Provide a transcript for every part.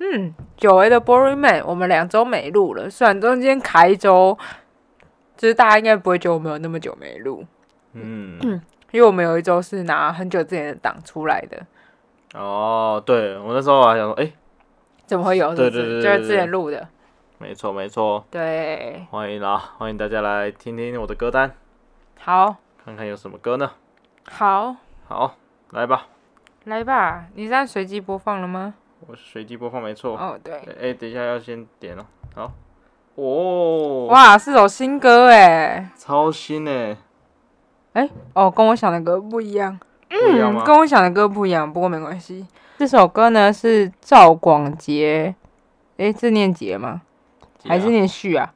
嗯，久违的 Boring Man，我们两周没录了，虽然中间卡一周，就是大家应该不会觉得我们有那么久没录，嗯，因为我们有一周是拿很久之前的档出来的，哦，对我那时候还想说，哎、怎么会有？对是不是就对对对是之前录的，没错没错，对，欢迎啦，欢迎大家来听听我的歌单，好，看看有什么歌呢？好，好，来吧，来吧，你现在随机播放了吗？我是随机播放，没错。哎、哦，对，哎等一下要先点哦、好，哦，哇，是首新歌哎，超新诶、哦，跟我想的歌不一样。不一样嗯，吗？跟我想的歌不一样，不过没关系。这首歌呢是赵广杰，诶，这念杰吗？解啊还是念旭啊？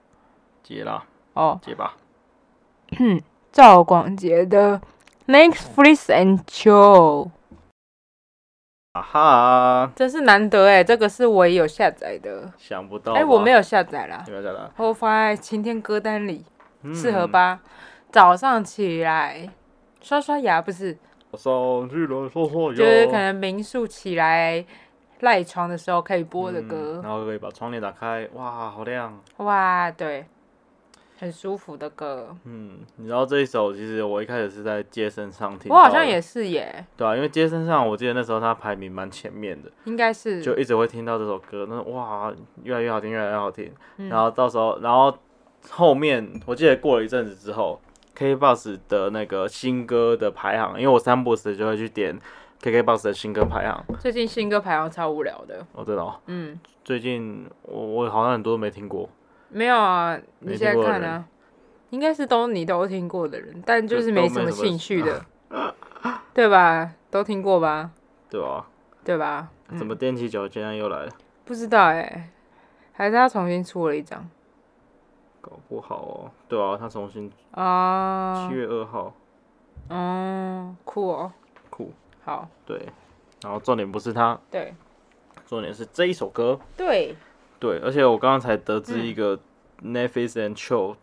解啦，哦，解吧。赵广杰的《Next Freeze and Chill》，啊哈，真是难得诶，这个是我也有下载的。想不到吧，诶，哎我没有，有下载啦你，没有下来，我放在晴天歌单里，嗯适合？吧？早上起来刷刷牙，不是，我上去了，说说就是可能民宿起来赖床的时候可以播的歌。嗯然后可以把窗帘打开，哇，好亮。哇，对，很舒服的歌。嗯，你知道这一首，其实我一开始是在街声上听，我好像也，是耶，对啊，因为街声上，我记得那时候它排名蛮前面的，应该是。就一直会听到这首歌，那哇，越来越好听，越来越好听。嗯然后到时候，然后后面我记得过了一阵子之后，KBox 的那个新歌的排行，因为我三不时就会去点 KKBox 的新歌排行，最近新歌排行超无聊的，我真的、哦，嗯，最近我我好像很多都没听过，没有啊，没你现在听过的看啊，应该是都你都听过的人，但就是都没什么什么兴趣的，对吧？都听过吧？对吧？对吧？怎么踮起脚尖又来了？不知道哎，还是他重新出了一张搞不好哦，对啊，他重新啊七？月二号，嗯，酷哦，酷，好，对。然后重点不是他，对重点是这一首歌，对，对。而且我刚刚才得知嗯一个 Netflix and Chill，、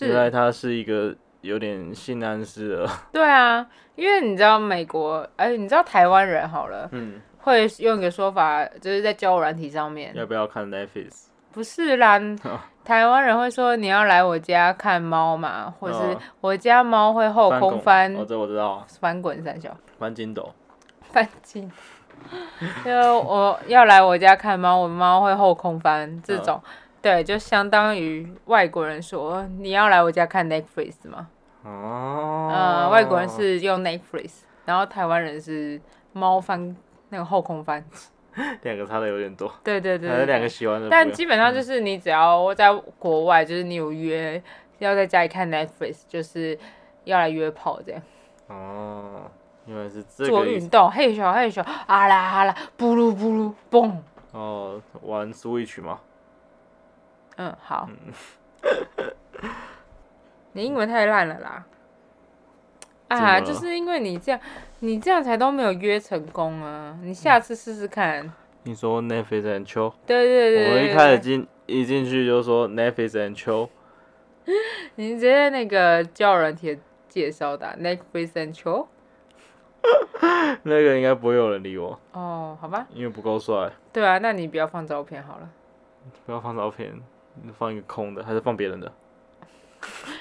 原来是，它是一个有点性暗示的，对啊，因为你知道美国，哎，你知道台湾人好了。嗯，会用一个说法，就是在交友软体上面， 要不要看 Netflix？不是 啦，啊台湾人会说你要来我家看猫嘛，或是嗯我家猫会后空翻哦，这我知道啊，翻滚三小 翻筋斗，翻进， 就我要来我家看猫，我猫会后空翻这啊种，对，就相当于外国人说你要来我家看 Netflix 嘛，哦，呃，外国人是用 Netflix，然后台湾人是猫翻那个后空翻，两个差的有点多，对对对还对是两对个。喜欢的不一样，嗯但基本上就是你只要在国外，就是你有约要在家里看 Netflix，就是要来约炮这样，哦，原来是这做个意思运动，嘿咻嘿咻，啊啦啊啦，布鲁布鲁，嘣，哦，玩 Switch 嘛，嗯，好。嗯 你英文太烂了啦！怎么啊，了就是因为你这样，你这样才都没有约成功啊！你下次试试看。你说 Netflix and Chill。对对对对我们对一开始对进一进去就说 Netflix and chill，你直接那个教人贴介绍的啊 Netflix and Chill。那个应该不会有人理我，哦，好吧。因为不够帅。对啊，那你不要放照片好了，不要放照片，你放一个空的，还是放别人的？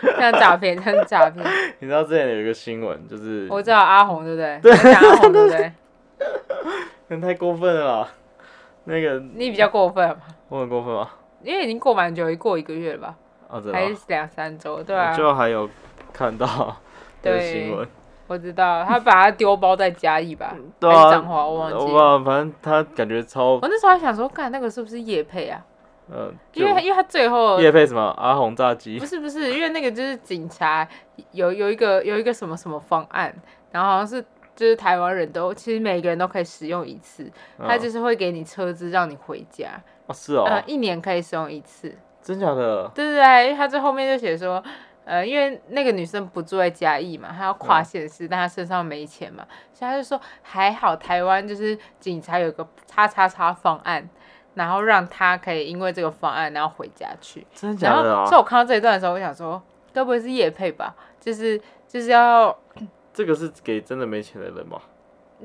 这样诈骗，这样诈骗。 你知道之前有一个新闻，就是我知道阿红对不对？对，讲阿红对不 对？人太过分了啦，那个你比较过分吧，我很过分吗？因为已经过蛮久，过一个月了吧，啊，真的还吗是两三周，对我啊，就还有看 到这个对新闻，我知道，他把他丢包在嘉义吧，对还是啊彰，化我忘记了。哇，反正他感觉超我那时候还想说，看那个是不是叶配啊？呃，因为因为他最后叶配什么阿红炸鸡不，是不是，因为那个就是警察有有一个有一个什么什么方案，然后好像是就是台湾人都其实每个人都可以使用一次，他嗯就是会给你车资让你回家，哦是哦，呃，一年可以使用一次。真假的，对对对，因为他最后面就写说，呃，因为那个女生不住在嘉义嘛，她要嗯跨县市，但她身上没钱嘛，所以她就说还好台湾就是警察有个叉叉叉方案，然后让她可以因为这个方案然后回家去。真然假后，的所以啊，我看到这一段的时候，我想说，该不会是叶配吧？就是就是要这个是给真的没钱的人吧？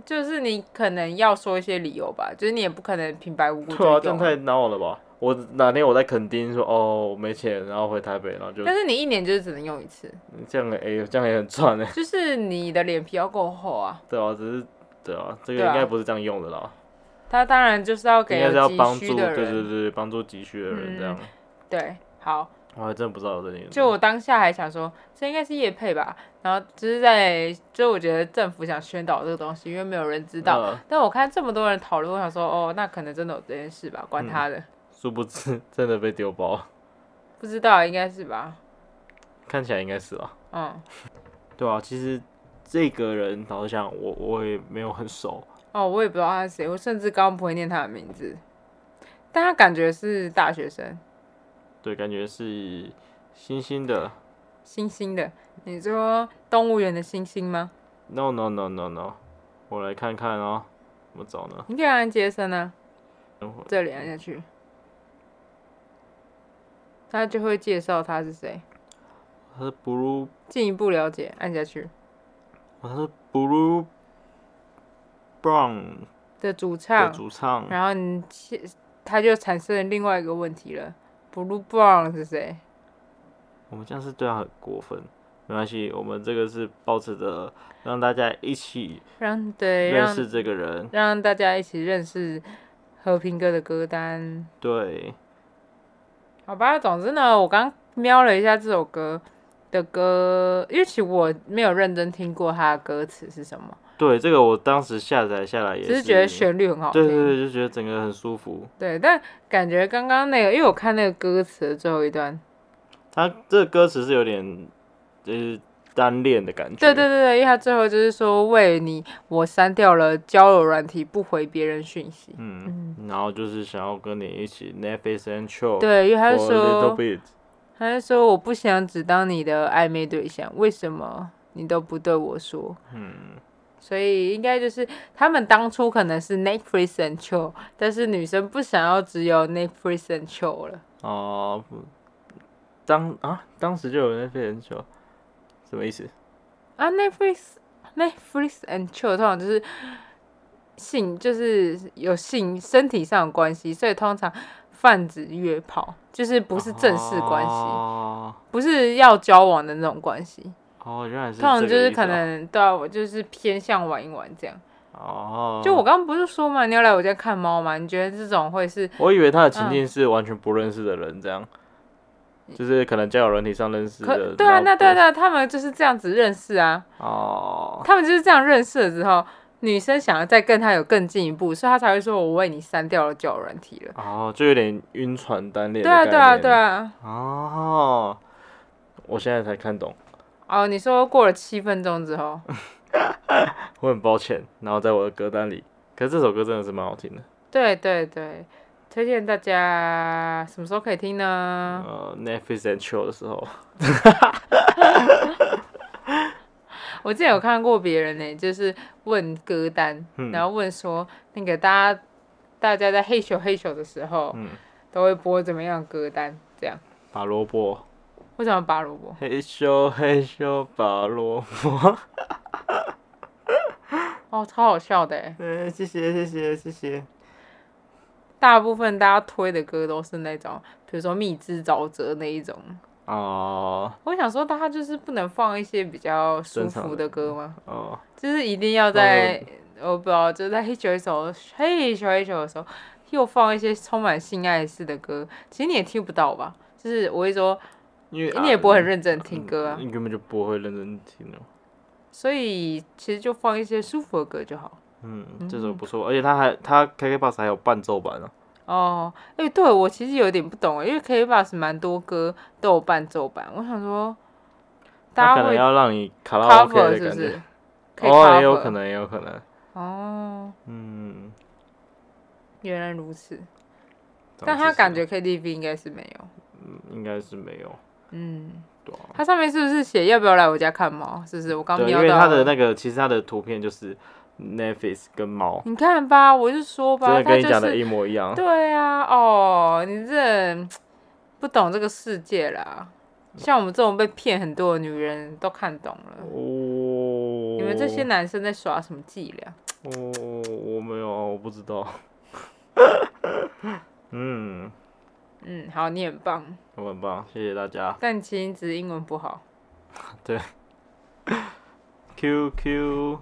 就是你可能要说一些理由吧，就是你也不可能平白无故对啊，就这样用太闹了吧！我哪天我在垦丁说哦我没钱，然后回台北，然后就但是你一年就是只能用一次，这样哎、这样也很赚哎、就是你的脸皮要够厚啊。对啊，只是对啊，这个对啊应该不是这样用的啦，他当然就是要应给该是要有帮急助，需的对对对，人，对帮助急需的人这样。对，好，我还真不知道有这件事，就我当下还想说，这应该是叶配吧，然后就是在，就我觉得政府想宣导这个东西，因为没有人知道。呃但我看这么多人讨论，我想说，哦，那可能真的有这件事嗯吧，管他的，殊不知 真的被丢包，不知道应该是吧，看起来应该是啊。嗯，对啊，其实这个人好像我我也没有很熟，哦，我也不知道他是谁，我甚至刚刚不会念他的名字，但他感觉是大学生，对，感觉是新新的。星星的，你说动物园的星星吗？ No no no no no，我来看看哦，怎么找呢？你可以按杰森啊，等会这里按下去，他就会介绍他是谁，他是 blue，进一步了解，按下去他是 blue brown 的主的唱，主唱，然后你切他就产生了另外一个问题了，Blue Brown 是谁？我们这样是对他很过分。没关系，我们这个是保持着让大家一起让对认让识这个人，让大家一起认识和平哥的歌单。对，好吧，总之呢，我刚瞄了一下这首歌的歌，因为其实我没有认真听过它的歌词是什么，对，这个我当时下载下来也只是觉得旋律很好听。对对对，就觉得整个很舒服。对但感觉刚刚那个，因为我看那个歌词的最后一段，他这个歌词是有点就是单恋的感觉，对对对对，因为他最后就是说为你，我删掉了交友软体，不回别人讯息。嗯，然后就是想要跟你一起 Netflix and chill，对，因为他就 for a little 说， bit，他就说我不想只当你的暧昧对象，为什么你都不对我说？嗯，所以应该就是他们当初可能是 Netflix and chill，但是女生不想要只有 Netflix and chill 了，哦、不当啊，当时就有 Netflix and chill，什么意思？啊，Netflix Netflix and chill 通常就是性就是有性身体上的关系，所以通常泛指约炮，就是不是正式关系，哦，不是要交往的那种关系，哦，原来是通常这就个是意思可哦能对啊，我就是偏向玩一玩这样。哦，就我刚刚不是说嘛，你要来我家看猫嘛？你觉得这种会是我以为他的嗯情境是完全不认识的人，这样、就是可能交友软体上认识可的。对啊，那对啊对对啊，他们就是这样子认识啊，哦，他们就是这样认识了之后，女生想要再跟他有更进一步，所以他才会说我为你删掉了交友软体了。哦，就有点晕船单恋。对啊对啊对。啊！哦，我现在才看懂，哦，你说过了七分钟之 后，我很抱歉。然后在我的歌单里，可是这首歌真的是蛮好听的。对对对，推荐大家什么时候可以听呢？呃，Netflix and chill 的时候，嗯我之前有看过别人呢、就是问歌单，嗯然后问说那个大家大家在嘿咻嘿咻的时候，嗯，都会播怎么样的歌单？这样拔萝卜，为什么拔萝卜？嘿咻嘿咻，拔萝卜。哦，超好笑的、欸。嗯，谢谢谢谢谢谢。大部分大家推的歌都是那种，比如说《蜜汁沼泽》那一种。哦我想说，大家就是不能放一些比较舒服的歌吗？哦，就是一定要嗯在，我不知道，就在嘿咻一首嘿咻一首的时候，又放一些充满性爱式的歌，其实你也听不到吧？就是我会说，因为你也不会很啊认真听歌啊，你根本就不会认真听哦。所以其实就放一些舒服的歌就好。嗯，这首不错，而且它还它 KKBox 还有伴奏版哦。哦，哎、对我其实有点不懂，欸因为 K Bus 蛮多歌都有伴奏版，我想说，大它可家能会要让你卡拉 OK cover 的是不感觉是，？可以哦，也有 cover 可能，也有可能。哦，嗯，原来如此。长但知他识感了觉 KTV 应该是没有。嗯应该是没有，嗯，对啊。它上面是不是写要不要来我家看猫？是不是？我刚对，因瞄为到它的了。那个其实它的图片就是 Netflix 跟猫，你看吧，我就说真吧，的他跟你就讲的是一模一样。对啊，哦，你这不懂这个世界啦。像我们这种被骗很多的女人都看懂了，哦，你们这些男生在耍什么伎俩？我我没有，啊我不知道。 嗯，嗯，好，你很棒，我很棒，谢谢大家。但其实你只是英文不好。 QQ。